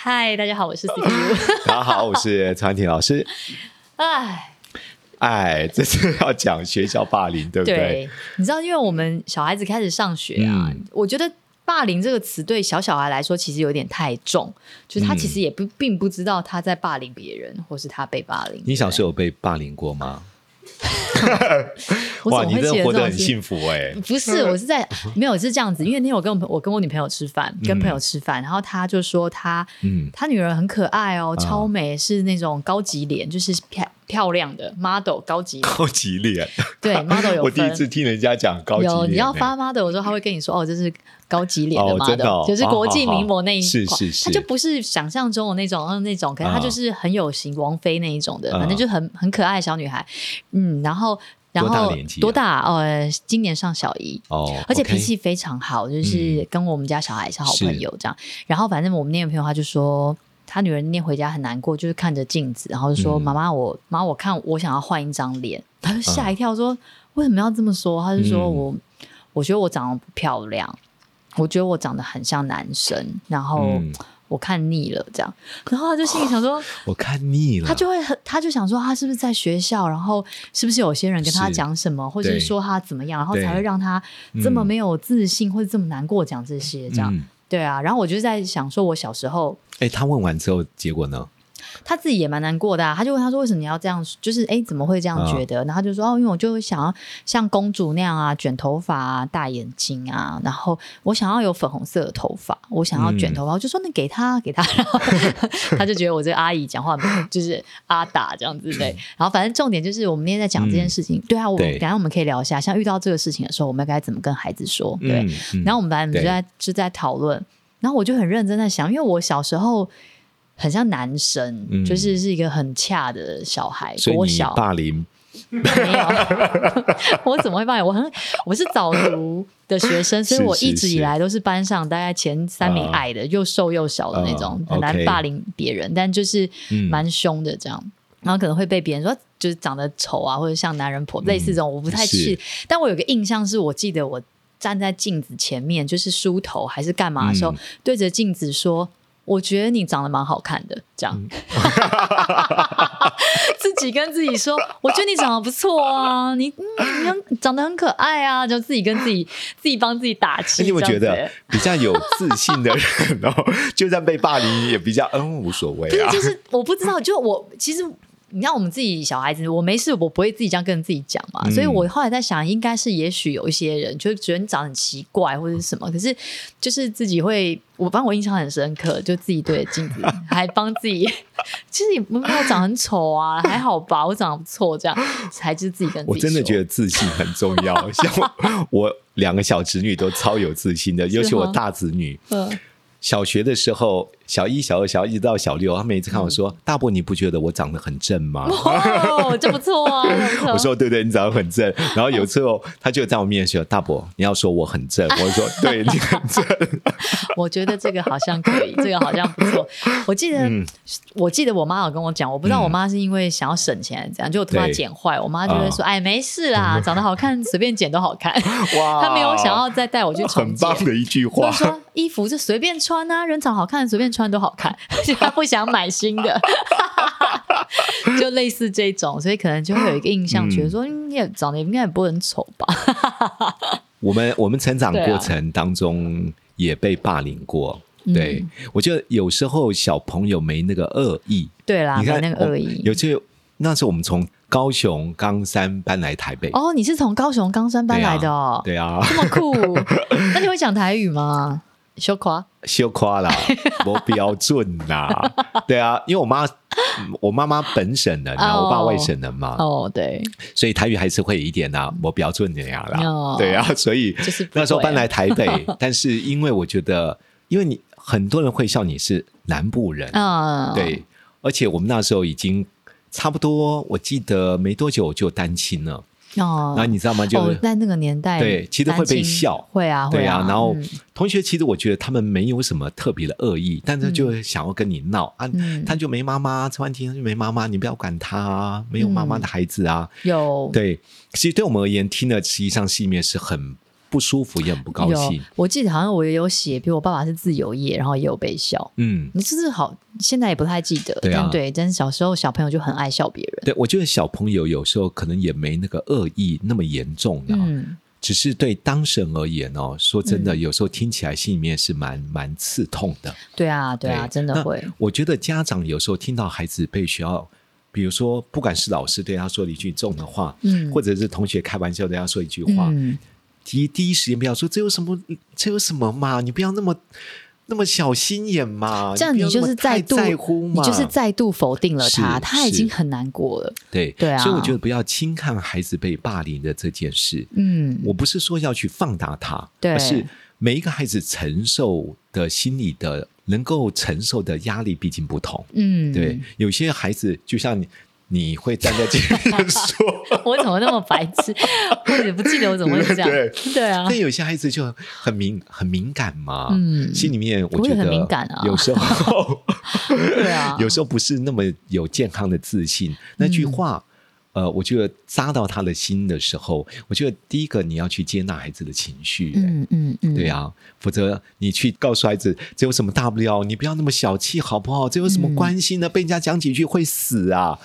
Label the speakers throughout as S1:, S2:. S1: 嗨，大家好，我是 CPU。
S2: 大家好，我是常婷老 师。
S1: 哎，
S2: 哎，这次要讲学校霸凌，对不对？
S1: 对，你知道，因为我们小孩子开始上学啊，
S2: 嗯
S1: 我觉得。霸凌这个词对小小孩来说其实有点太重，就是他
S2: 嗯
S1: 其实也不、并不知道他在霸凌别人，或是他被霸凌。
S2: 你小时候有被霸凌过吗？
S1: 我
S2: 哇，
S1: 怎么
S2: 你
S1: 会
S2: 真
S1: 记
S2: 的活
S1: 这
S2: 得
S1: 种嗯
S2: 很
S1: 事
S2: 幸福哎。
S1: 不是，我是在没有是这样子，因为那天我跟我朋我跟我女朋友吃饭，跟朋友吃饭，然后她就说她
S2: 嗯，
S1: 她女儿很可爱哦，
S2: 啊
S1: 超美，是那种高级脸，就是漂漂亮的 model 高级脸，
S2: 高级脸，
S1: 对 model 有
S2: 我第一
S1: 分。
S2: 次听人家讲高级脸
S1: 有
S2: 哎。
S1: 你要发 model 的时候，他会跟你说哦，这是高级脸
S2: 哦
S1: model，、
S2: 真的哦
S1: 就是国际名模那一
S2: 是
S1: 款，
S2: 是是
S1: 他就不是想象中的那种，嗯，那种，可能他
S2: 啊
S1: 就是很有型，王菲那一种的，
S2: 啊
S1: 反正就很很可爱的小女孩，嗯，然后然
S2: 多大
S1: 后
S2: 年纪啊
S1: 多大？呃，今年上小一，
S2: 哦，
S1: 而且
S2: OK 嗯
S1: 脾气非常好，就是跟我们家小孩是好朋友这样。然后反正我们那个朋友他就说，他女儿念回家很难过，就是看着镜子，然后就说：“
S2: 嗯
S1: 妈妈，我妈，我看我想要换一张脸。”他就吓一跳说：“为什么要这么说？”他就说
S2: 嗯
S1: 我我觉得我长得不漂亮，我觉得我长得很像男生，然后
S2: 嗯
S1: 我看腻了这样。然后他就心里想说。
S2: 我看腻了，
S1: 他就会很，他就想说，他是不是在学校，然后是不是有些人跟他
S2: 是
S1: 讲什么，或者
S2: 对
S1: 是说他怎么样，然后
S2: 对
S1: 才会让他这么
S2: 嗯
S1: 没有自信，或者这么难过讲这些，这样、
S2: 嗯
S1: 对啊。然后我就在想说，我小时候
S2: 哎，他问完之后，结果呢？
S1: 他自己也蛮难过的、啊，他就问他说：“为什么你要这样？就是哎，诶怎么会这样觉得？”然后他就说：“哦，因为我就想要像公主那样啊，卷头发啊，大眼睛啊，然后我想要有粉红色的头发，我想要卷头发。我就说：“那给他， 给他。”然后他就觉得我这个阿姨讲话就是阿打这样子对。然后反正重点就是我们那天在讲这件事情，对啊，我
S2: 对
S1: 等一下我们可以聊一下，像遇到这个事情的时候，我们该怎么跟孩子说？对，
S2: 嗯，嗯
S1: 然后我们班我们就
S2: 对
S1: 在就在讨论，然后我就很认真在想，因为我小时候很像男生，
S2: 嗯
S1: 就是是一个很恰的小孩，
S2: 所
S1: 我
S2: 以你
S1: 小啊
S2: 霸凌，
S1: 没 有，我怎么会霸凌？我很我是早读的学生，所以
S2: 是
S1: 我一
S2: 是
S1: 直以
S2: 是
S1: 来都是班上大概前三名
S2: 啊
S1: 矮的，又瘦又小的那种，
S2: 啊
S1: 很难
S2: OK
S1: 霸凌别人，但就是
S2: 嗯
S1: 蛮凶的这样。然后可能会被别人说，就是长得丑啊，或者像男人婆，类似这种，我不太
S2: 嗯是
S1: 去。但我有个印象是，我记得我站在镜子前面，就是梳头还是干嘛的时候，
S2: 嗯
S1: 对着镜子说：“我觉得你长得蛮好看的。”这样，自己跟自己说：“我觉得你长得不错啊，你嗯，你很长得很可爱啊。”就自己跟自己自己帮自己打气。
S2: 那哎你有没有
S1: 这
S2: 觉
S1: 样子
S2: 得比较有自信的人，然后就算被霸凌也比较嗯无所谓
S1: 不是
S2: 啊，？
S1: 就是我不知道，就我其实。你让我们自己小孩子，我没事，我不会自己这样跟自己讲嘛。
S2: 嗯
S1: 所以我后来在想，应该是也许有一些人就觉得你长得很奇怪或者是什么，可是就是自己会，我反正我印象很深刻，就自己对着镜子还帮自己， 其实也没有长很丑啊，还好吧，我长得不错，这样才就是自己跟自己
S2: 我真的觉
S1: 得
S2: 得自信很重要，像我我两个小侄女都超有自信的，尤其我大侄女，
S1: 嗯
S2: 小学的时候，小一、小二、小一到小六，她每次看
S1: 嗯
S2: 我说：“大伯，你不觉得我长得很正吗，
S1: 哦，这不错啊，这不？”错。
S2: 我说：“对对，你长得很正。”然后有时候她就在我面前说：“大伯，你要说我很正。”我说：“对，你很正。
S1: 我觉得这个好像可以，这个好像不错。我记得，
S2: 嗯
S1: 我记得我妈有跟我讲，我不知道我妈是因为想要省钱还是怎样，就我头发
S2: 对嗯
S1: 剪坏，我妈就会说：“哎，没事啦，长得好看，随便剪都好 看。”
S2: 哇
S1: 她没有想要再带我去重
S2: 很
S1: 剪。
S2: 棒的一句
S1: 就
S2: 话
S1: 是。说衣服就随便穿啊，人长好看随便穿都好看， 她不想买新的， 就类似这种，所以可能就会有一个印象，
S2: 嗯
S1: 觉得说嗯，也长得应该也不会很丑吧。
S2: 我们我们成长
S1: 对啊嗯
S2: 过程当中也被霸凌过。对，我觉得有时候小朋友没那个恶意，
S1: 对啦，
S2: 你
S1: 啊没
S2: 看
S1: 那个恶
S2: 我
S1: 意。
S2: 有些那时候我们从高雄冈山搬来台北，
S1: 哦，你是从高雄冈山搬
S2: 对啊
S1: 来的哦？
S2: 对啊，
S1: 这么酷， 那你会讲台语吗？羞夸
S2: 羞 夸啦，我标准啦，对啊，因为我妈，嗯我妈妈本省人啊，
S1: 哦
S2: 我爸外省人嘛，
S1: 哦，对，
S2: 所以台语还是会有一点啦，我标准的呀啦，
S1: 哦
S2: 对啊，所以
S1: 就是不会啊
S2: 那时候搬来台北，但是因为我觉得，因为你很多人会笑你是南部人，
S1: 嗯，
S2: 对，而且我们那时候已经差不多，我记得没多久就单亲了。
S1: 哦，
S2: 然后你知道吗？就、
S1: 哦，在那个年代，
S2: 对其实会被笑
S1: 会啊，
S2: 对
S1: 会啊，
S2: 然后
S1: 嗯
S2: 同学其实我觉得他们没有什么特别的恶意，但是就想要跟你闹、啊
S1: 嗯，
S2: 他就没妈妈，陈婉婷就没妈妈，你不要管他啊，没有妈妈的孩子啊。
S1: 有
S2: 对，其实对我们而言，听了实际上心里面是很不舒服，也很不高
S1: 有
S2: 兴。，
S1: 我记得好像我也有写，比如我爸爸是自由业，然后也有被笑。
S2: 嗯，
S1: 你是不是好？现在也不太记得，
S2: 对啊
S1: 但对，但是小时候小朋友就很爱笑别人。
S2: 对，我觉得小朋友有时候可能也没那个恶意那么严重的、
S1: 嗯，
S2: 只是对当事人而言哦，说真的，
S1: 嗯
S2: 有时候听起来心里面是蛮蛮刺痛的。
S1: 对啊，对啊，
S2: 对
S1: 真的
S2: 那
S1: 会。
S2: 我觉得家长有时候听到孩子被学校，比如说不管是老师对他说了一句重的话，
S1: 嗯
S2: 或者是同学开玩笑对他说一句话，
S1: 嗯，
S2: 第一第一时间不要说这有什么，这有什么嘛，你不要那么那么小心眼嘛，
S1: 这样
S2: 啊
S1: 你
S2: 你不要
S1: 就
S2: 那么
S1: 是再
S2: 太
S1: 度，
S2: 在乎
S1: 你
S2: 嘛，
S1: 就是再度否定了他，
S2: 是
S1: 他已
S2: 是
S1: 经很难过了。
S2: 对
S1: 对啊
S2: 所以我觉得不要轻看孩子被霸凌的这件事，
S1: 嗯，
S2: 我不是说要去放大它，
S1: 对
S2: 而是每一个孩子承受的心理的能够承受的压力毕竟不同。
S1: 嗯，
S2: 对，，有些孩子就像你，你会站在前 面说，
S1: 我怎么那么白痴？ 我也不记得我怎么会这样。
S2: 对
S1: 对啊
S2: 但，有些孩子就很敏很敏感嘛，
S1: 嗯
S2: 心里面我
S1: 我
S2: 觉
S1: 也很
S2: 得
S1: 敏感啊
S2: 有 时候
S1: 对啊，
S2: 有时候不是那么有健康的自信。那
S1: 嗯
S2: 句话，呃，我觉得扎到他的心的时候，我觉得第一个你要去接纳孩子的情绪、欸
S1: 嗯嗯嗯，
S2: 对啊，否则你去告诉孩子这有什么大不了，你不要那么小气好不好？这有什么
S1: 嗯
S2: 关系呢？被人家讲几句会死啊！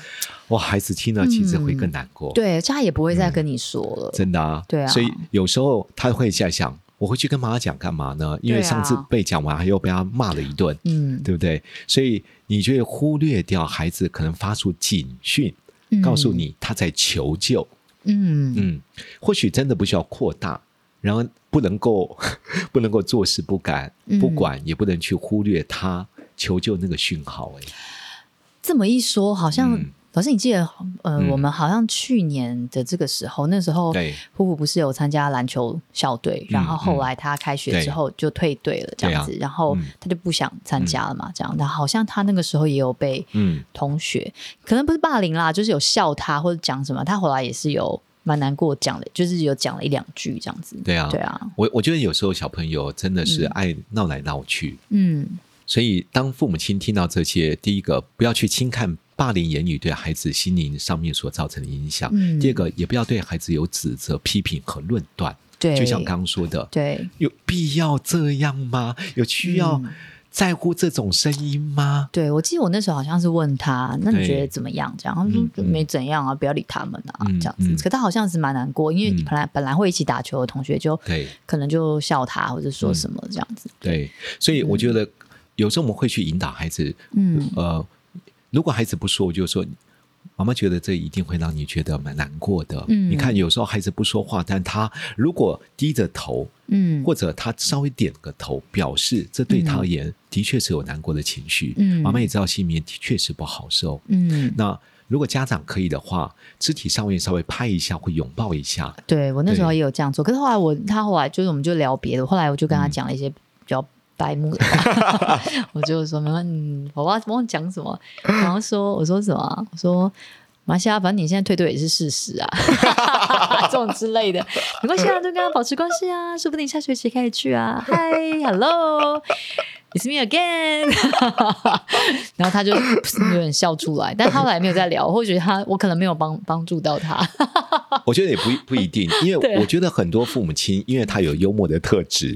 S2: 哇，孩子听了其实会更难过，
S1: 嗯对，这他也不会再跟你说了。
S2: 真的啊。
S1: 对啊
S2: 所以有时候他会在想，我回去跟妈妈讲干嘛呢？因为
S1: 对啊
S2: 上次被讲完，还又被他骂了一顿，
S1: 嗯，
S2: 对不对？所以你就会忽略掉孩子可能发出警讯，
S1: 嗯
S2: 告诉，你他在求救。
S1: 嗯
S2: 嗯，或许真的不需要扩大，然后不能够 不能够坐视不管，
S1: 嗯
S2: 不管、也不能去忽略他求救那个讯号、哎，
S1: 这么一说，好像、
S2: 嗯
S1: 老师，你记得，呃，
S2: 嗯
S1: 我们好像去年的这个时候，那时候
S2: 对嗯
S1: 虎虎不是有参加篮球校队，然后后来他开学之后就退队了，这样子，
S2: 对啊
S1: 然后
S2: 嗯
S1: 他就不想参加了嘛，这样。然后好像他那个时候也有被
S2: 嗯，
S1: 同学，可能不是霸凌啦，就是有笑他或者讲什么，他后来也是有蛮难过讲的，就是有讲了一两句这样子。
S2: 对啊，
S1: 对啊，
S2: 我我觉得有时候小朋友真的是爱闹来闹去，
S1: 嗯
S2: 所以当父母亲听到这些，第一个不要去轻看。霸凌言语对孩子心灵上面所造成的影响。
S1: 嗯
S2: 第二个，也不要对孩子有指责、批评和论断。
S1: 对，
S2: 就像刚刚说的，
S1: 对，
S2: 有必要这样吗？有需要
S1: 嗯
S2: 在乎这种声音吗？
S1: 对，我记得我那时候好像是问他，那你
S2: 对
S1: 觉得怎么样？这样，他说
S2: 嗯嗯
S1: 没怎样啊，不要理他们啊，
S2: 嗯
S1: 这样子。
S2: 嗯
S1: 可他好像是蛮难过，因为
S2: 嗯
S1: 本来、本来会一起打球的同学就
S2: 对嗯
S1: 可能就笑他，或者说什么这样子。
S2: 对，所以我觉得有时候我们会去引导孩子，
S1: 嗯
S2: 呃，如果孩子不说，我就说。妈妈觉得这一定会让你觉得蛮难过的。
S1: 嗯
S2: 你看，有时候孩子不说话，但他如果低着头，
S1: 嗯，
S2: 或者他稍微点个头，表示这对他而言的确是有难过的情绪。
S1: 嗯
S2: 妈妈也知道心里面的确是不好受。
S1: 嗯，
S2: 那如果家长可以的话，肢体上面稍微拍一下或拥抱 一下，
S1: 对我那时候
S2: 对
S1: 也有这样做，可是后来我他后来就是我们就聊别的，后来我就跟他讲了一些比较白目的话，我就说没关嗯，我忘忘讲什么，然后说我说什么啊，我说。马来西亚，反正你现在退队也是事实啊， 这种之类的，没关系啊，就跟他保持关系啊，说不定下学期可以去啊。Hi，Hello，It's me again 。 然后他就有点笑出来，但他后来没有再聊，或许他我可能没有帮帮助到他。
S2: 我觉得也不不一定，因
S1: 对
S2: 为我觉得很多父母亲，因为他有幽默的特 质，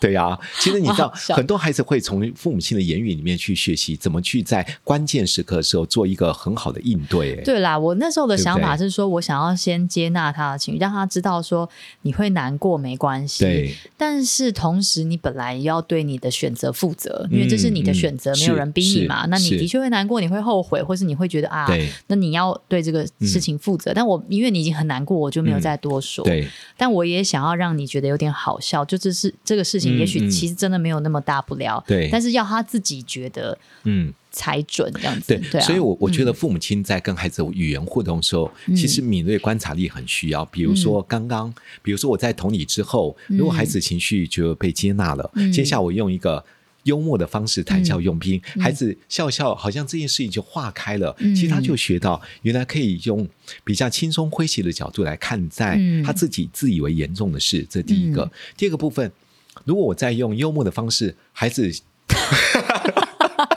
S2: 对啊。其实你知道
S1: 好好，笑
S2: 很多孩子会从父母亲的言语里面去学习怎么去在关键时刻的时候做一个很好的应对。哎，
S1: 对啦，我那时候的
S2: 对不
S1: 想法
S2: 对
S1: 是说，我想要先接纳他的情绪，让他知道说你会难过没关系，
S2: 对
S1: 但是同时你本来要对你的选择负责，因为这是你的
S2: 嗯
S1: 选择，
S2: 嗯
S1: 没有人逼
S2: 是
S1: 你嘛。那你
S2: 是
S1: 的确会难过，你会后悔，或是你会觉得啊，
S2: 对
S1: 那你要对这个事情负责。但我因为你已经很难过，我就没有
S2: 嗯
S1: 再多说。
S2: 对
S1: 但我也想要让你觉得有点好笑，就这是这个事情，
S2: 嗯
S1: 也许
S2: 嗯
S1: 其实真的没有那么大不了，
S2: 对
S1: 但是要他自己觉得
S2: 嗯。
S1: 才准这样子。
S2: 对，
S1: 对啊，
S2: 所以我我 觉得父母亲在跟孩子语言互动的时候，
S1: 嗯
S2: 其实敏锐观察力很需要。比如说刚刚，比如说我在同理之后，如果孩子情绪就被接纳了，
S1: 嗯
S2: 接下来我用一个幽默的方式谈笑用兵，
S1: 嗯
S2: 孩子笑笑，好像这件事情就化开了。
S1: 嗯
S2: 其实他就学到，原来可以用比较轻松诙谐的角度来看待
S1: 嗯
S2: 他自己自以为严重的事，这第一个。
S1: 嗯
S2: 第二个部分，如果我再用幽默的方式，孩 子
S1: 他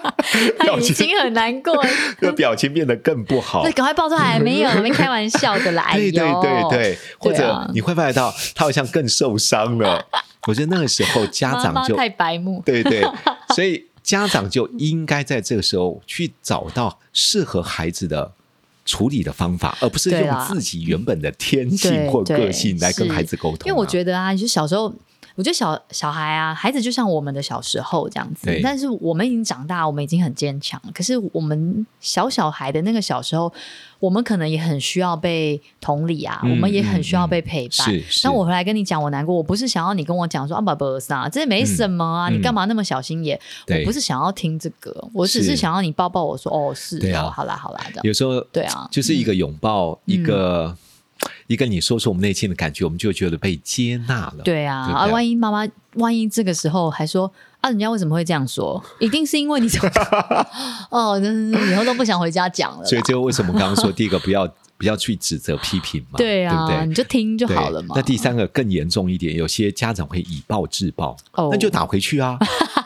S2: 表
S1: 已
S2: 情
S1: 经很难过了，
S2: 的表情变得更不好
S1: 那。赶快爆出来，没有， 没开玩笑的啦，哎
S2: 对
S1: 呦，
S2: 对对对，或
S1: 对啊
S2: 者你会发觉到他好像更受 伤了。我觉得那个时候家
S1: 妈
S2: 长
S1: 妈
S2: 就
S1: 太白目，
S2: 对对，所以家长就应该在这个时候去找到适合孩子的处理的方法，而不是
S1: 对
S2: 用
S1: 啦
S2: 自己原本的天
S1: 对
S2: 性或
S1: 对
S2: 个性来跟
S1: 是
S2: 孩子沟通啊、
S1: 因为我觉得啊，就小时候。我觉得小小孩啊，孩子就像我们的小时候这样子
S2: 对，
S1: 但是我们已经长大，我们已经很坚强了。可是我们小小孩的那个小时候，我们可能也很需要被同理啊，
S2: 嗯
S1: 我们也很需要
S2: 嗯
S1: 被陪伴。
S2: 是是，
S1: 那我回来跟你讲我难过，我不是想要你跟我讲说啊不不是啊，这没什么啊，
S2: 嗯
S1: 你干嘛那么小心眼？
S2: 对
S1: 我不是想要听这个，我只
S2: 是
S1: 是想要你抱抱我说哦是
S2: 对啊
S1: 哦，好啦好啦这样。
S2: 有时候
S1: 对啊
S2: 就是一个拥抱，
S1: 嗯
S2: 一个一个你说出我们内心的感觉，我们就觉得被接纳了。
S1: 对啊，
S2: 对不
S1: 啊，
S2: 对
S1: 万一妈妈，万一这个时候还说啊，人家为什么会这样说？一定是因为你 怎么哦，真是以后都不想回家讲了啦。
S2: 所以这个为什么刚刚说第一个不要 不要去指责批评嘛，
S1: 对啊，
S2: 对不
S1: 你
S2: 对？
S1: 就听就
S2: 对
S1: 好了嘛。
S2: 那第三个更严重一点，有些家长会以暴制暴，
S1: 哦
S2: 那就打回 去啊。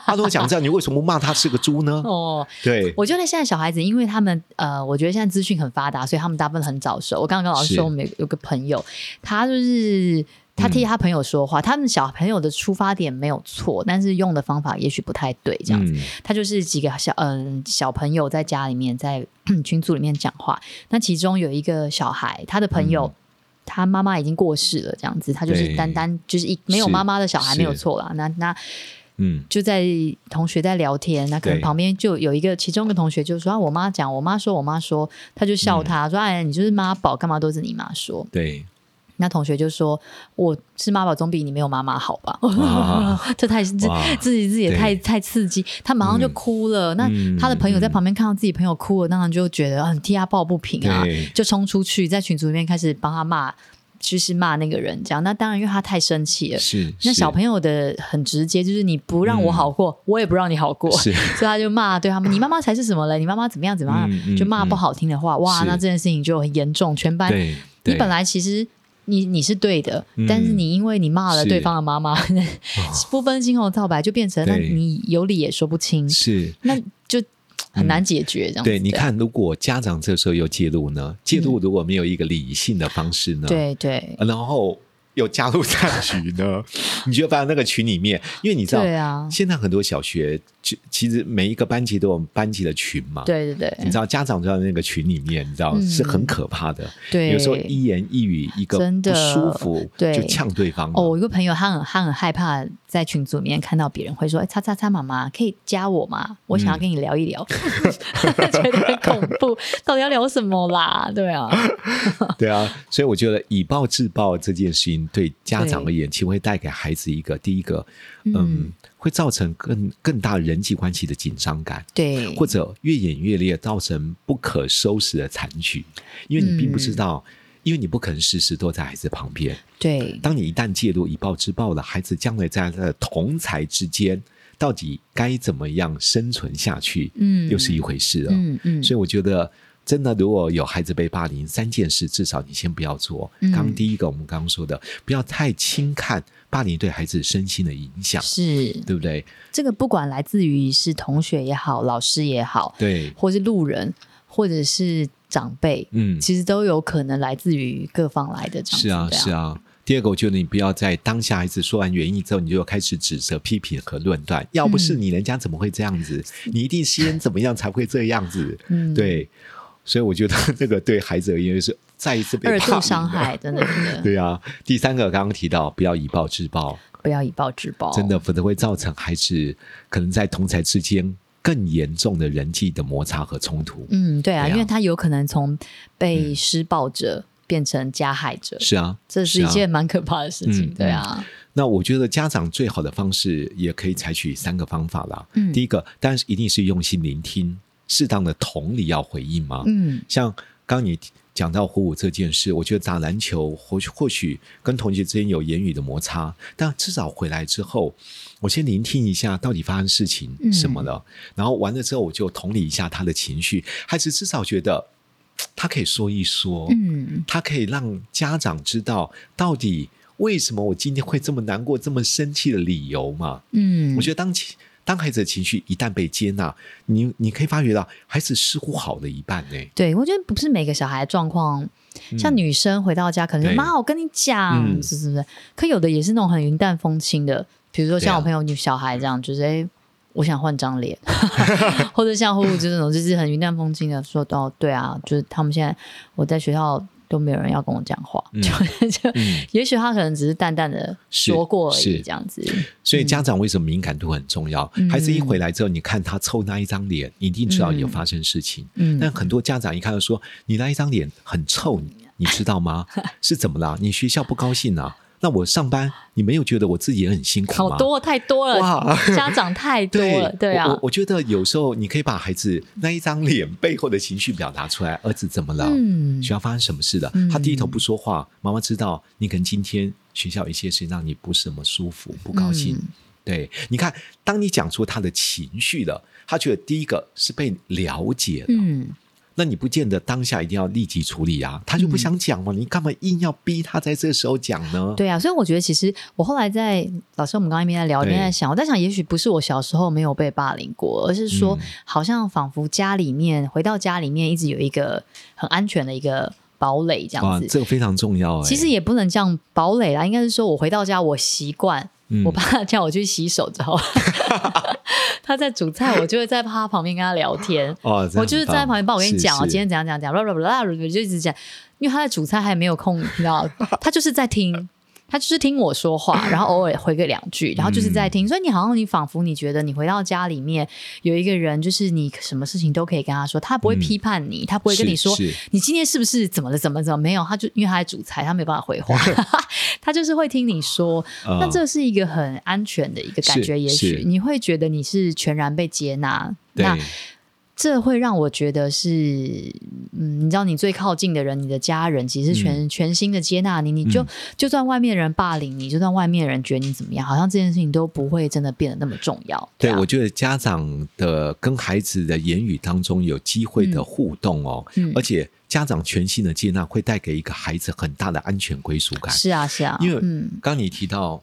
S2: 他都讲这样，你为什么骂他是个猪呢？
S1: 哦，
S2: 对，
S1: 我觉得现在小孩子，因为他们呃，我觉得现在资讯很发达，所以他们大部分很早熟。我刚刚跟老师
S2: 是
S1: 说，我们有有个朋友，他就是他
S2: 嗯
S1: 替他朋友说话，他们小朋友的出发点没有错，但是用的方法也许不太对，这样子。
S2: 嗯
S1: 他就是几个小嗯小朋友在家里面在 群组里面讲话，那其中有一个小孩，他的朋友。他妈妈已经过世了，这样子，他就是
S2: 嗯对
S1: 单单就是一没有
S2: 是
S1: 妈妈的小孩
S2: 是
S1: 没有错啦。那那
S2: 嗯，
S1: 就在同学在聊天，那可能
S2: 对
S1: 旁边就有一个，其中一个同学就说：“啊，我妈讲，我妈说，我妈说。”他就笑他、
S2: 嗯
S1: 说：“哎，你就是妈宝，干嘛都是你妈说
S2: 对，？”
S1: 那同学就说：“我是妈宝，总比你没有妈妈好吧
S2: 哇？”
S1: 这太这
S2: 哇
S1: 自己自己也太
S2: 对
S1: 太刺激，他马上就
S2: 嗯
S1: 哭了。那
S2: 嗯
S1: 他的朋友在旁边看到自己朋友哭了，当然就觉得很替他抱不平啊
S2: 对，
S1: 就冲出去在群组里面开始帮他骂，就是骂那个人这样。那当然，因为他太生气了，
S2: 是
S1: 那小朋
S2: 友
S1: 友的很直接，就是你不让我好过，我也不让你好过， 所
S2: 是
S1: 以他就骂对他们，你妈妈才是什么嘞？你妈妈怎么样怎么样，
S2: 嗯嗯
S1: 就骂不好听的话，哇，
S2: 是
S1: 那这件事情就很严重，全班
S2: 对，
S1: 你
S2: 对
S1: 本来其实。你你是对的，
S2: 嗯
S1: 但是你因为你骂了
S2: 是哦
S1: 对方的妈妈， 不分青红皂白就变成，那
S2: 对
S1: 你有理也说不清，
S2: 是嗯
S1: 那就很难解决这样子。
S2: 对，你，看，啊如果家长这时候又介入呢，介入如果没有一个理性的方式呢，
S1: 对对，
S2: 然后又加入战局呢， 你就发现那个群里面，因为你知道，
S1: 对啊
S2: 现在很多小学其其实每一个班级都有班级的群嘛，，
S1: 对对对，
S2: 你知道家长就在那个群里面，你知道、
S1: 嗯
S2: 是很可怕的，
S1: 对，
S2: 有时候一啊言一语一个
S1: 真的
S2: 不舒服
S1: 对
S2: 就呛对方了
S1: 哦，我有一个朋友，他很他很害怕在群组里面看到别人会说：“哎，叉叉叉妈妈，可以加我吗？我想要跟你聊一聊。
S2: 嗯
S1: 觉得很恐怖， 到底要聊什么啦？对啊，
S2: 对啊，所以我觉得以暴制暴这件事情对家长而言，其实会带给孩子一个第一个，嗯，
S1: 嗯
S2: 会造成更更大人际关系的紧张感。
S1: 对，
S2: 或者越演越烈，造成不可收拾的残局，因为你并不知道，
S1: 嗯
S2: 因为你不可能时时都在孩子旁边。
S1: 对
S2: 当你一旦介入以暴制暴了，孩子将来在他的同才之间到底该怎么样生存下去，
S1: 嗯
S2: 又是一回事了。
S1: 嗯嗯，
S2: 所以我觉得，真的如果有孩子被霸凌，三件事至少你先不要做。
S1: 嗯
S2: 刚第一个，我们刚刚说的，不要太轻看霸凌对孩子身心的影响，
S1: 是
S2: 对不对？
S1: 这个，不管来自于是同学也好，老师也好，
S2: 对，
S1: 或是路人，或者是长辈，
S2: 嗯，
S1: 其实都有可能来自于各方来的这样子。
S2: 是啊，
S1: 对
S2: 是啊。第二个，我觉得你不要在当下孩子说完原因之后，你就开始指责、批评和论断。要
S1: 嗯
S2: 不是你，人家怎么会这样子？你一定先怎么样才会这样子？
S1: 嗯
S2: 对，所以我觉得这个对孩子而言是再一次被
S1: 二
S2: 霸
S1: 度
S2: 凌
S1: 伤
S2: 了
S1: 害，。真的真的
S2: 对啊，第三个刚刚提到，不要以暴制暴，
S1: 不要以暴制暴，
S2: 真的否则会造成孩子可能在同才之间更严重的人际的摩擦和冲突。
S1: 嗯，对啊，
S2: 对啊嗯
S1: 因为他有可能从被施暴者变成加害者，
S2: 是啊，
S1: 这是一
S2: 啊
S1: 件蛮可怕的事情。
S2: 嗯
S1: 对啊，
S2: 那我觉得家长最好的方式也可以采取三个方法啦。
S1: 嗯
S2: 第一个，当然是一定是用心聆听，适当的同理要回应嘛。
S1: 嗯
S2: 像刚你讲到火舞这件事，我觉得打篮球或许或许跟同学之间有言语的摩擦，但至少回来之后，我先聆听一下到底发生事情
S1: 嗯
S2: 什么了，然后完了之后我就同理一下他的情绪，孩子至少觉得嘖他可以说一说，
S1: 嗯
S2: 他可以让家长知道到底为什么我今天会这么难过、这么生气的理由嘛。
S1: 嗯，
S2: 我觉得当情当孩子的情绪一旦被接纳，你你可以发觉到孩子似乎好了一半呢、
S1: 对，我觉得不是每个小孩的状况，像女生回到家可能就
S2: 嗯对
S1: 妈，我跟你讲，
S2: 嗯
S1: 是是不是？可有的也是那种很云淡风轻的，比如说
S2: 对
S1: 像
S2: 啊
S1: 我朋友女小孩这样，就是哎。我想换张 脸，或者像呼呼这种，就是很云淡风轻的说，哦，对啊，就是他们现在我在学校都没有人要跟我讲话，
S2: 嗯
S1: 就 就、
S2: 嗯
S1: 也许他可能只是淡淡的
S2: 是
S1: 说过而已，
S2: 是
S1: 这样子，
S2: 所以家长为什么敏感度很重要？
S1: 嗯
S2: 孩子一回来之后，你看他臭那一张脸，一定知道有发生事情。
S1: 嗯，
S2: 但很多家长一看就说：“你那一张脸很臭，你你知道吗？ 是怎么啦？你学校不高兴啊？那我上班，你没有觉得我自己也很辛苦吗？”
S1: 好多太多了
S2: 哇，
S1: 家长太多了，对啊
S2: 我我，我觉得有时候你可以把孩子那一张脸背后的情绪表达出来。儿子怎么了？
S1: 嗯
S2: 学校发生什么事了？
S1: 嗯
S2: 他低头不说话，妈妈知道你可能今天学校有一些事情让你不是那么舒服，不高兴。
S1: 嗯
S2: 对，你看，当你讲出他的情绪了，他觉得第一个是被了解了，
S1: 嗯，
S2: 那你不见得当下一定要立即处理啊，他就不
S1: 嗯
S2: 想讲嘛，你干嘛硬要逼他在这时候讲呢？
S1: 对啊，所以我觉得其实我后来在老师，我们刚刚一边在聊，一边在
S2: 对
S1: 想，我在想，也许不是我小时候没有被霸凌过，而是说，
S2: 嗯
S1: 好像仿佛家里面回到家里面，一直有一个很安全的一个堡垒这
S2: 哇
S1: 样，子。
S2: 这个非常重要、欸。
S1: 其实也不能这样堡垒啦，应该是说我回到家，我习惯，
S2: 嗯
S1: 我爸 叫我去洗手之后， 他在煮菜，我就会在他旁边跟他聊 天。
S2: 哦，这样
S1: 我就是
S2: 很棒
S1: 在旁边帮我跟你讲哦，
S2: 是是
S1: 今天怎样怎样怎样，blah blah blah blah，就一直讲，因为他在煮菜，还没有空，你知道， 他就是在听，他就是听我说话，然后偶尔回个两句，然后就是在听，所
S2: 嗯
S1: 以你好像你仿佛你觉得你回到家里面有一个人，就是你什么事情都可以跟他说，他不会
S2: 嗯
S1: 批判你，他不会跟
S2: 是
S1: 你说
S2: 是
S1: 你今天是不是怎么了怎么了怎么了没有，他就因为他在煮菜，他没办法回话， 他就是会听你说，
S2: 呃
S1: 那这是一个很安全的一个感
S2: 是
S1: 觉，也许
S2: 是
S1: 你会觉得你是全然被接纳，
S2: 对
S1: 那。这会让我觉得是，嗯，你知道，你最靠近的人，你的家人，其实全、全心的接纳你，你就、
S2: 嗯
S1: 就算外面人霸凌你，就算外面人觉得你怎么样，好像这件事情都不会真的变得那么重要。
S2: 对，
S1: 啊
S2: 我觉得家长的跟孩子的言语当中有机会的互动哦，
S1: 嗯
S2: 而且家长全新的接纳会带给一个孩子很大的安全归属感。
S1: 是啊，是啊，
S2: 因为
S1: 嗯，
S2: 刚刚你提到，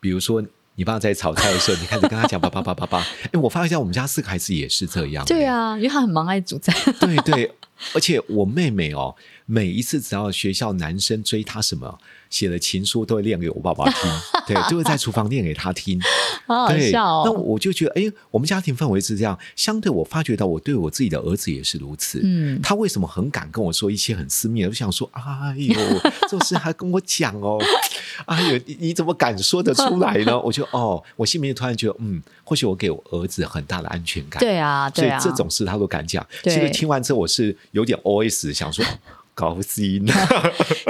S2: 比如说你爸在炒菜的时候，你开始跟他讲爸爸爸爸爸， 哎，我发现我们家四个孩子也是这样。
S1: 对，啊，因为他很忙爱煮菜，
S2: 对对，而且我妹妹哦，每一次只要学校男生追她什么，写了情书都会念给我爸爸听，对，就会在厨房念给他听。
S1: 好好
S2: 对，
S1: 笑
S2: 那
S1: 哦。
S2: 我就觉得，哎，我们家庭氛围是这样。相对我发觉到，我对我自己的儿子也是如此。
S1: 嗯，
S2: 他为什么很敢跟我说一些很私密的？我想说，哎 呦，这事还跟我讲哦，哎呦，你你怎么敢说得出来 呢？我就哦，我心里面突然觉得，嗯，或许我给我儿子很大的安全感。
S1: 对啊，
S2: 所
S1: 对
S2: 以
S1: 啊，
S2: 这种事他都敢讲。
S1: 对
S2: 其实听完之后，我是有点 OS 想说，哦高 兴。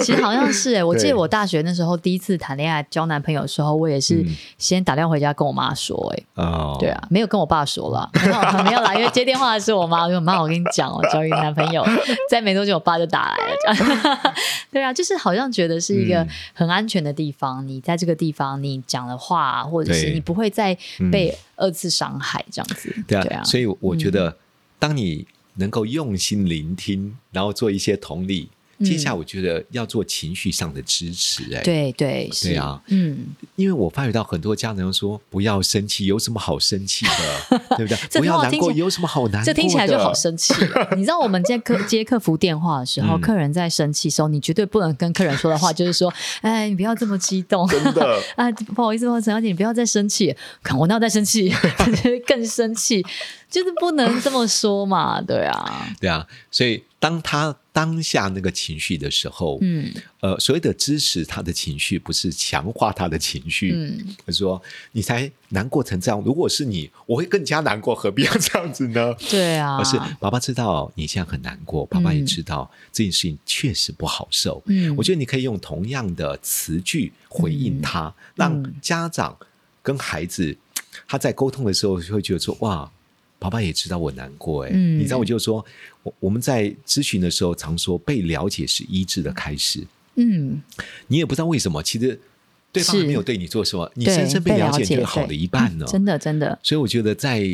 S1: 其实好像是哎、我记得
S2: 对
S1: 我大学那时候第一次谈恋爱交男朋友的时候，我也是
S2: 嗯
S1: 先打电话回家跟我妈说哎、
S2: 哦，
S1: 对啊，没有跟我爸说了， 没有没有啦，因为接电话的是我妈，我说妈，我跟你讲，我交一个男朋友， 再没多久我爸就打来了，这样。 对啊，就是好像觉得是一个
S2: 嗯
S1: 很安全的地方，你在这个地方你讲的话，或者是
S2: 对嗯
S1: 你不会再被二次伤害这样子。
S2: 对啊，
S1: 对啊，
S2: 所以我觉得，当你能够用心聆听，然后做一些同理，
S1: 嗯
S2: 接下来我觉得要做情绪上的支持、哎，，
S1: 对对是
S2: 对啊，
S1: 嗯，
S2: 因为我发觉到很多家长都说不要生气，有什么好生气 的，对不
S1: 这听
S2: 对？不
S1: 我
S2: 要难
S1: 听
S2: 过，
S1: 起来
S2: 有什么好难过的？
S1: 这听起来就好生气哦。你知道我们接客接客服电话的时候，
S2: 嗯
S1: 客人在生气的时候，你绝对不能跟客人说的话就是说，哎，你不要这么激动，
S2: 真的。
S1: 啊，不好意思，不好意思，陈小姐，你不要再生气。看我哪有在生气， 就是更生气，就是不能这么说嘛，对啊，
S2: 对啊，所以当他当下那个情绪的时候，
S1: 嗯
S2: 呃，所谓的支持他的情绪，不是强化他的情绪，
S1: 嗯，
S2: 他说：“你才难过成这样，如果是你，我会更加难过，何必要这样子呢？”
S1: 对啊
S2: 而，是爸爸知道你现在很难过，爸爸也知道这件事情确实不好受。
S1: 嗯
S2: 我觉得你可以用同样的词句回应他，
S1: 嗯
S2: 让家长跟孩子他在沟通的时候就会觉得说：“哇，爸爸也知道我难过、哎、
S1: 嗯
S2: 你知道，我就说，我我们在咨询的时候常说，被了解是医治的开始。
S1: 嗯，
S2: 你也不知道为什么，其实对方
S1: 是
S2: 还没有对你做什么，你
S1: 对
S2: 深深被
S1: 被
S2: 了
S1: 了
S2: 解
S1: 解
S2: 就是好的
S1: 对嗯
S2: 一半呢、
S1: 真的真的，
S2: 所以我觉得在，在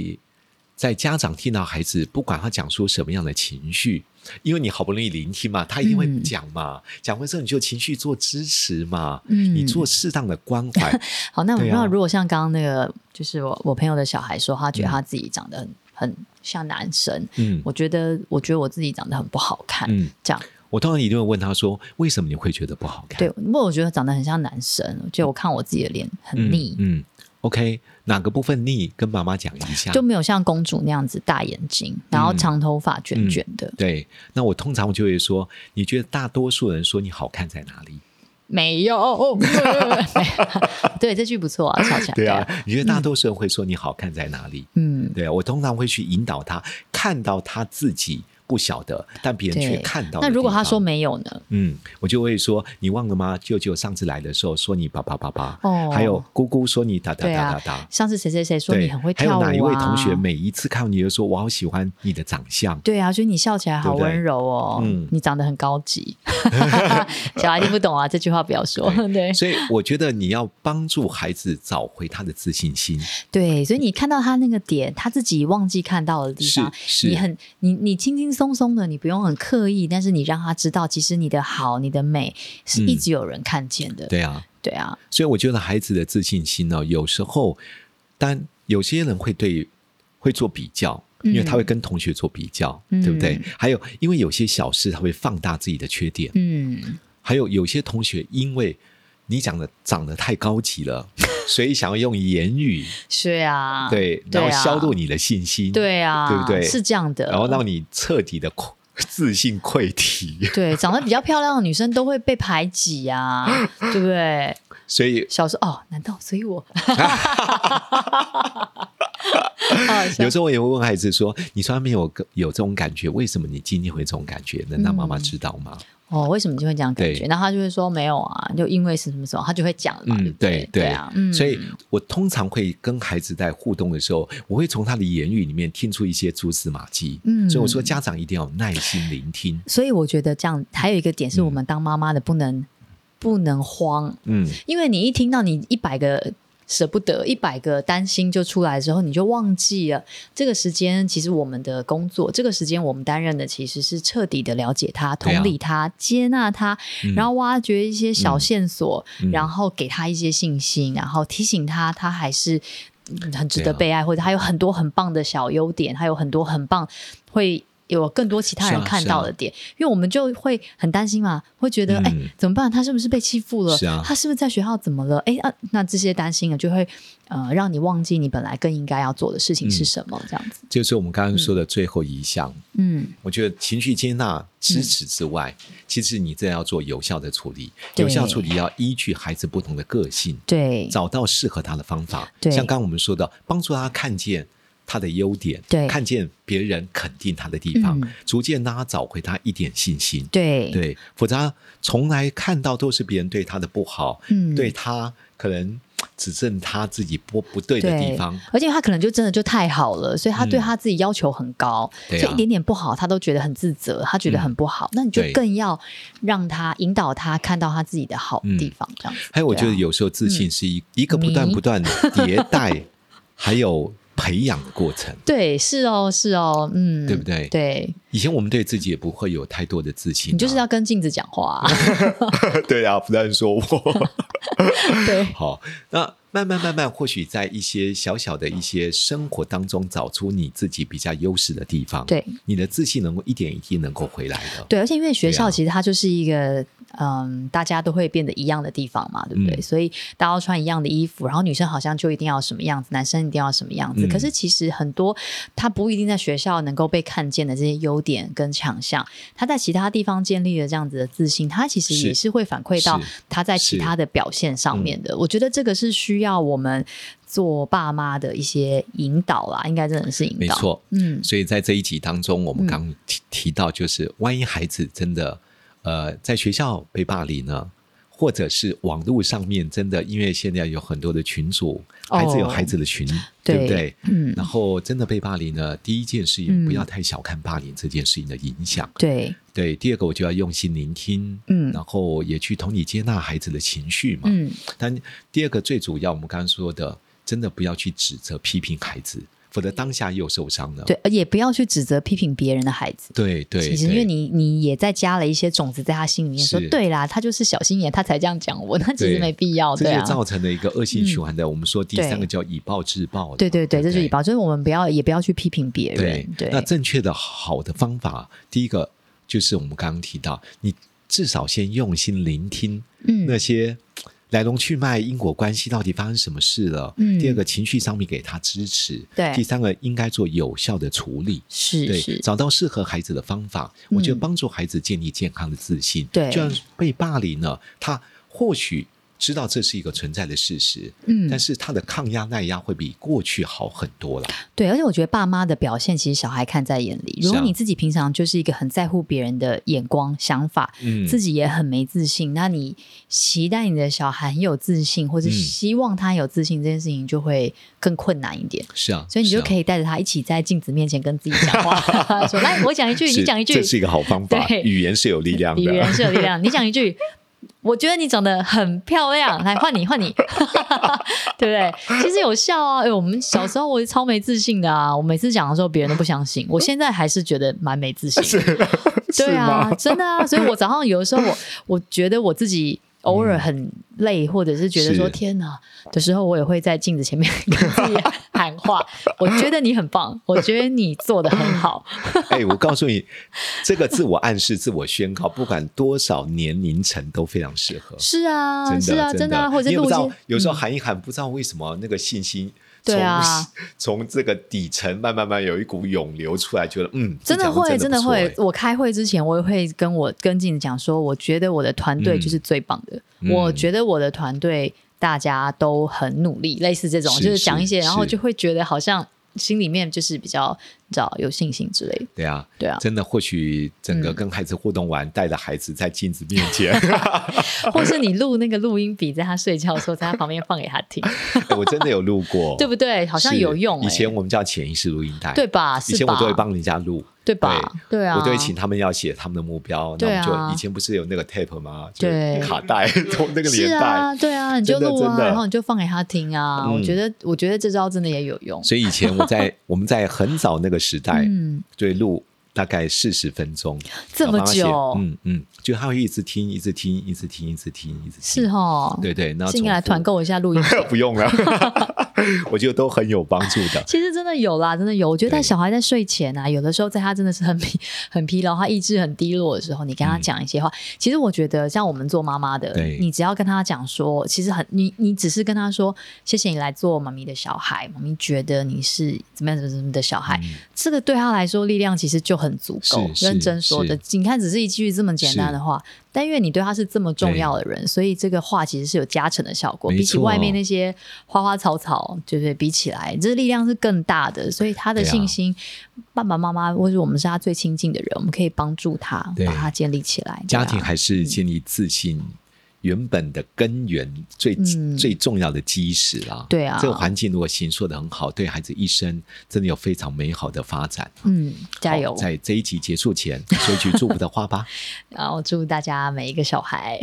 S2: 家长听到孩子，不管他讲出什么样的情绪，因为你好不容易聆听嘛，他一定会
S1: 嗯
S2: 讲嘛，讲完之后你就情绪做支持嘛，
S1: 嗯
S2: 你做适当的关怀，
S1: 好， 那我不
S2: 对
S1: 知道，
S2: 啊
S1: 如果像刚刚那个，就是我我朋友的小孩说，他觉得他自己长得很很像男生，
S2: 嗯
S1: 我觉得我觉得我自己长得很不好看，
S2: 嗯，
S1: 这样
S2: 我当然一定会问他说，为什么你会觉得不好看？
S1: 对。不过我觉得长得很像男生，就我看我自己的脸很
S2: 嗯，
S1: 腻，
S2: 嗯 o k 哪个部分腻，跟妈妈讲一下。
S1: 就没有像公主那样子大眼睛，然后
S2: 嗯
S1: 长头发卷
S2: 嗯
S1: 卷的，
S2: 对，那我通常我就会说，你觉得大多数人说你好看在哪里？
S1: 没有， 对，这句不错啊，嗯笑起来，
S2: 对啊，，你觉得大多数人会说你好看在哪里？
S1: 嗯，
S2: 对啊，我通常会去引导他看到他自己不晓得，但别人却
S1: 对
S2: 看到。
S1: 那如果他说，没有呢？
S2: 嗯，我就会说，你忘了吗？舅舅上次来的时候说你爸爸爸爸，
S1: 哦
S2: 还有姑姑说你哒哒
S1: 对
S2: 哒
S1: 啊
S2: 哒哒。
S1: 上次谁谁谁说
S2: 对
S1: 你很会
S2: 还有
S1: 跳舞啊？
S2: 哪一位同学每一次看到你就说我好喜欢你的长相？
S1: 对啊，所以你笑起来好
S2: 对不对
S1: 温柔哦，
S2: 嗯
S1: 你长得很高级， 小孩听不懂啊，这句话不要说。 对
S2: 所以我觉得你要帮助孩子找回他的自信心。
S1: 对，所以你看到他那个点，他自己忘记看到的地
S2: 是
S1: 方，
S2: 是，
S1: 你很你你轻轻松松的，你不用很刻意，但是你让他知道，其实你的好、你的美是一
S2: 嗯
S1: 直有人看见的。
S2: 对啊。
S1: 对啊，
S2: 所以我觉得孩子的自信心呢、有时候，但有些人会对会做比较，因为他会跟同学做比较，
S1: 嗯
S2: 对不对
S1: 嗯？
S2: 还有，因为有些小事他会放大自己的缺点，
S1: 嗯，
S2: 还有有些同学因为你讲的长得太高级 了，所以想要用言语
S1: 是啊，
S2: 对，
S1: 对
S2: 然
S1: 啊
S2: 后消弱你的信心，
S1: 对啊，
S2: 对不对
S1: 是这样的，
S2: 然后让你彻底的自信溃堤。
S1: 对长得比较漂亮的女生都会被排挤啊，对不对？
S2: 所以
S1: 小时候哦，难道所以 我？ 好笑
S2: 有时候我也会问孩子说：“你从来没有有这种感觉，为什么你今天会这种感觉？能让妈妈知道吗？”
S1: 哦，为什么就会这样感觉？
S2: 对
S1: 然后他就会说没有啊，就因为是什么时候，他就会讲嘛，对
S2: 嗯
S1: 不，
S2: 对
S1: 对啊，嗯，
S2: 所以我通常会跟孩子在互动的时候，我会从他的言语里面听出一些蛛丝马迹。
S1: 嗯
S2: 所以我说家长一定要有耐心聆 听。
S1: 所以我觉得这样还有一个点是我们当妈妈的不能、不能慌，
S2: 嗯，
S1: 因为你一听到你一百个。舍不得一百个担心就出来之后，你就忘记了这个时间。其实我们的工作，这个时间我们担任的其实是彻底的了解他、
S2: 对啊
S1: 同理他、接纳他，
S2: 嗯
S1: 然后挖掘一些小线索，
S2: 嗯
S1: 然后给他一些信心，然后提醒他，他还是嗯很值得
S2: 啊
S1: 被爱，或者他有很多很棒的小优点，他有很多很棒会。有更多其他
S2: 是
S1: 人
S2: 啊
S1: 看
S2: 是
S1: 到
S2: 啊
S1: 的点，因为我们就会很担心嘛，会觉得
S2: 嗯
S1: 哎、怎么办？他是不是被欺负了？
S2: 是啊
S1: 他是不是在学校怎么了？哎啊，那这些担心啊，就会呃让你忘记你本来更应该要做的
S2: 嗯
S1: 事情是什么，这样子。
S2: 就是我们刚刚说的最后一项。
S1: 嗯，
S2: 我觉得情绪接纳、支持之外，其实你这要做有效的处理。
S1: 对
S2: 有效处理要依据孩子不同的个性，
S1: 对
S2: 找到适合他的方法。
S1: 对
S2: 像刚刚我们说的，帮助他看见他的优点，
S1: 对
S2: 看见别人肯定他的地方，
S1: 嗯
S2: 逐渐让他找回他一点信心。
S1: 对，
S2: 对，否则他从来看到都是别人对他的不好，
S1: 嗯
S2: 对他可能指正他自己不不对的地
S1: 对
S2: 方。，
S1: 而且他可能就真的就太好了，所以他对
S2: 嗯
S1: 他自己要求很高，
S2: 对啊嗯
S1: 所以一点点不好他都觉得很自责，他觉得很不好。那你就
S2: 对
S1: 更要让他引导他看到他自己的好
S2: 嗯
S1: 地方，这样子。
S2: 还有，我觉得
S1: 对啊
S2: 有时候自信是一一个不断
S1: 迷
S2: 不断迭代，还有培养的过程。
S1: 对，是哦，是哦，嗯，
S2: 对不对
S1: 对
S2: 以前我们对自己也不会有太多的自信啊、
S1: 你就是要跟镜子讲话、啊，
S2: 对啊，不断说我
S1: 对，
S2: 好。那慢慢慢慢，或许在一些小小的一些生活当中，找出你自己比较优势的地方，
S1: 对，
S2: 你的自信能够一点一滴能够回来的。
S1: 对，而且因为学
S2: 对
S1: 校
S2: 啊
S1: 其实它就是一个，嗯，大家都会变得一样的地方嘛，对不对？
S2: 嗯
S1: 所以大家都穿一样的衣服，然后女生好像就一定要什么样子，男生一定要什么样子。
S2: 嗯
S1: 可是其实很多他不一定在学校能够被看见的这些优点跟强项，他在其他地方建立了这样子的自信，他其实
S2: 是
S1: 也是会反馈到
S2: 是
S1: 他在其
S2: 是
S1: 他的表现上面的。我觉得这个是需要我们做爸妈的一些引导啦，应该真的是引
S2: 没
S1: 导。
S2: 错，
S1: 嗯，
S2: 所以在这一集当中，我们刚提提到，就是万一孩子真的呃在学校被霸凌呢，或者是网络上面真的，因为现在有很多的群组，
S1: 哦
S2: 孩子有孩子的群，对不对？
S1: 嗯，
S2: 然后真的被霸凌呢，第一件事情
S1: 嗯
S2: 不要太小看霸凌这件事情的影响，
S1: 对，
S2: 对。第二个，我就要用心聆听，
S1: 嗯
S2: 然后也去同理接纳孩子的情绪嘛。
S1: 嗯，
S2: 但第二个最主要，我们刚刚说的，真的不要去指责、批评孩子，否则当下又受伤了。
S1: 对，也不要去指责批评别人的孩子。
S2: 对对，
S1: 其实，因
S2: 对
S1: 为你你也在加了一些种子在他心里面，说
S2: 是
S1: 对啦，他就是小心眼，他才这样讲我，那其
S2: 对
S1: 实没必要，
S2: 这
S1: 对
S2: 就
S1: 啊。
S2: 造成了一个恶性循环的。我们说第三个
S1: 对
S2: 叫以暴制暴的，
S1: 对对对，
S2: 不
S1: 这是以暴，就是我们不要也不要去批评别
S2: 对
S1: 人，对，
S2: 那正确的好的方法，第一个就是我们刚刚提到，你至少先用心聆听
S1: 嗯
S2: 那些。来龙去脉、因果关系到底发生什么事了？
S1: 嗯
S2: 第二个情绪上面给他支持，
S1: 对
S2: 第三个应该做有效的处理，
S1: 是
S2: 对，
S1: 是，
S2: 找到适合孩子的方法，
S1: 嗯
S2: 我觉得帮助孩子建立健康的自信。
S1: 对
S2: 就算被霸凌了，他或许知道这是一个存在的事实，
S1: 嗯
S2: 但是他的抗压耐压会比过去好很多了。
S1: 对，而且我觉得爸妈的表现，其实小孩看在眼里。如
S2: 是
S1: 果
S2: 啊
S1: 你自己平常就是一个很在乎别人的眼光、想法，
S2: 嗯
S1: 自己也很没自信，那你期待你的小孩很有自信，或者
S2: 嗯
S1: 希望他有自信，这件事情就会更困难一点。
S2: 是啊，
S1: 所以你就可
S2: 以
S1: 以带着他一起在镜子面前跟自己讲 话，说：“来，我讲一句，你讲一句
S2: 这。是一个好方法。
S1: 对
S2: 语言是有力 量
S1: 语言
S2: 的。
S1: 是有力量，你讲一句。 我觉得你长得很漂亮，来换你换 你，对不对？其实有效啊！哎、我们小时候我超没自信的啊，我每次讲的时候别人都不相信，我现在还是觉得蛮没自 信的。 对啊，真的啊！所以我早上有的时候我我觉得我自己偶尔很累，或者是觉得说
S2: 是
S1: 天哪的时候，我也会在镜子前面跟自己喊 话。我觉得你很棒，我觉得你做的很好。
S2: 哎，我告诉你，这个自我暗示、自我宣告，不管多少年龄层都非常适合。
S1: 是啊，
S2: 真
S1: 是啊，
S2: 的，
S1: 真的啊，或者
S2: 你
S1: 是
S2: 也不
S1: 路
S2: 知道
S1: 径，
S2: 有时候
S1: 嗯
S2: 喊一喊，不知道为什么那个信心。
S1: 对啊，
S2: 从这个底层慢慢慢有一股涌流出来，觉得嗯，
S1: 真的会，
S2: 真
S1: 真的
S2: 不错
S1: 会
S2: 哎。
S1: 我开会之前，我也会跟我跟进讲说，我觉得我的团队就是最棒的。
S2: 嗯
S1: 我觉得我的团队大家都很努力，类似这种，
S2: 是
S1: 就是讲一些，
S2: 是
S1: 然后
S2: 是
S1: 就会觉得好像心里面就是比较你知道有信心之类 的。
S2: 对啊，
S1: 对啊，
S2: 真的，或许整个
S1: 嗯
S2: 跟孩子互动完，带着孩子在镜子面前，
S1: 或是你录那个录音笔，在他睡觉的时候，在他旁边放给他 听，
S2: 哎我真的有录过，
S1: 对不对？好像有用、
S2: 是
S1: 欸，
S2: 以前我们叫潜意识录音带，
S1: 对吧？
S2: 以
S1: 是
S2: 前我
S1: 吧？
S2: 都会帮人家录，
S1: 对吧？对啊，
S2: 我都会请他们要写他们的目标，那
S1: 对
S2: 我
S1: 啊
S2: 们就以前不是有那个 tape 吗？就
S1: 对
S2: 卡 带，从那个
S1: 是
S2: 年代
S1: 啊，。对啊，你就
S2: 真的
S1: 录啊
S2: 真，的
S1: 然后你就放给他听啊。
S2: 嗯
S1: 我觉得，我觉得这招真的也有用。
S2: 所以以前我 在我们在很早那个时代，
S1: 嗯，
S2: 对录大概四十分钟，
S1: 这么
S2: 然后帮他写
S1: 久
S2: 嗯嗯，就他会一直听，一直听，一直听，一直听，一直听，
S1: 是哦，
S2: 对对，那
S1: 是应该来
S2: 重复
S1: 团，购一下录音笔。
S2: 不用 了，我觉得都很有帮助的。
S1: 其实真的有啦，真的有。我觉得
S2: 对嗯
S1: 在小孩在睡前啊，有的时候在他真的是很疲、 很疲劳，他意志很低落的时候，你跟他讲一些话。其实我觉得，像我们做妈妈的
S2: 对，
S1: 你只要跟他讲说，其实很你你只是跟他说，谢谢你来做妈咪的小孩，妈咪觉得你是怎么样怎么样怎么样的小孩，这个对他来说力量其实就很足够。
S2: 嗯是是
S1: 认真说的，你看只是一句这么简单的话，但因为你对他是这么重要的人，所以这个话其实是有加成的效果。
S2: 没
S1: 比起
S2: 错
S1: 外面那些花花草草，就是比起来，这力量是更大的。所以他的
S2: 对啊
S1: 信心，爸爸妈妈或者我们是他最亲近的人，我们可以帮助他，
S2: 对
S1: 把他建立起来。
S2: 家庭
S1: 对啊
S2: 还是建立自信原本的根源最、
S1: 嗯
S2: 最重要的基石啦。
S1: 对啊
S2: 这个环境如果形塑的很好，对孩子一生真的有非常美好的发展。
S1: 嗯，加油
S2: 好！在这一集结束前，说一句祝福的话吧。
S1: 然后祝大家每一个小孩，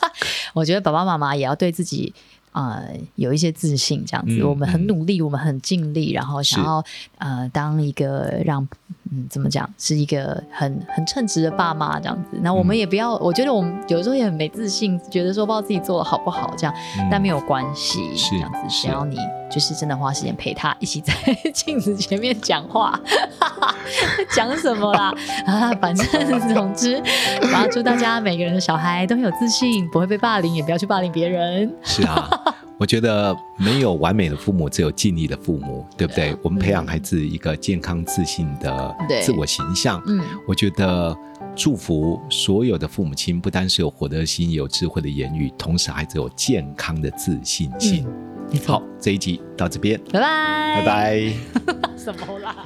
S1: 我觉得爸爸妈妈也要对自己。呃，有一些自信，这样子，
S2: 嗯
S1: 我们很
S2: 嗯
S1: 努力，我们很尽力，然后想
S2: 是
S1: 要呃，当一个让嗯，怎么讲，是一个很很称职的爸妈这样子。那我们
S2: 嗯
S1: 也不要，我觉得我们有时候也很没自信，觉得说不知道自己做的好不好这样，
S2: 嗯
S1: 但没有关系，
S2: 是
S1: 这样子，
S2: 是
S1: 只要你就是真的花时间陪他一起在 镜子前面讲话，讲什么啦？啊，反 正总之，我要祝大家每个人的小孩都很有自信，不会被霸凌，也不要去霸凌别人。
S2: 是 啊，我觉得没有完美的父母，只有尽力的父母，对不对？我们培养孩子一个健康自信的
S1: 对
S2: 自我形象。
S1: 嗯，
S2: 我觉得祝福所有的父母亲，不单是有火热的心，有智慧的言语，同时孩子有健康的自信心。
S1: 嗯没错
S2: 好，这一集到这边，
S1: 拜拜，
S2: 拜，拜。
S1: 什么啦？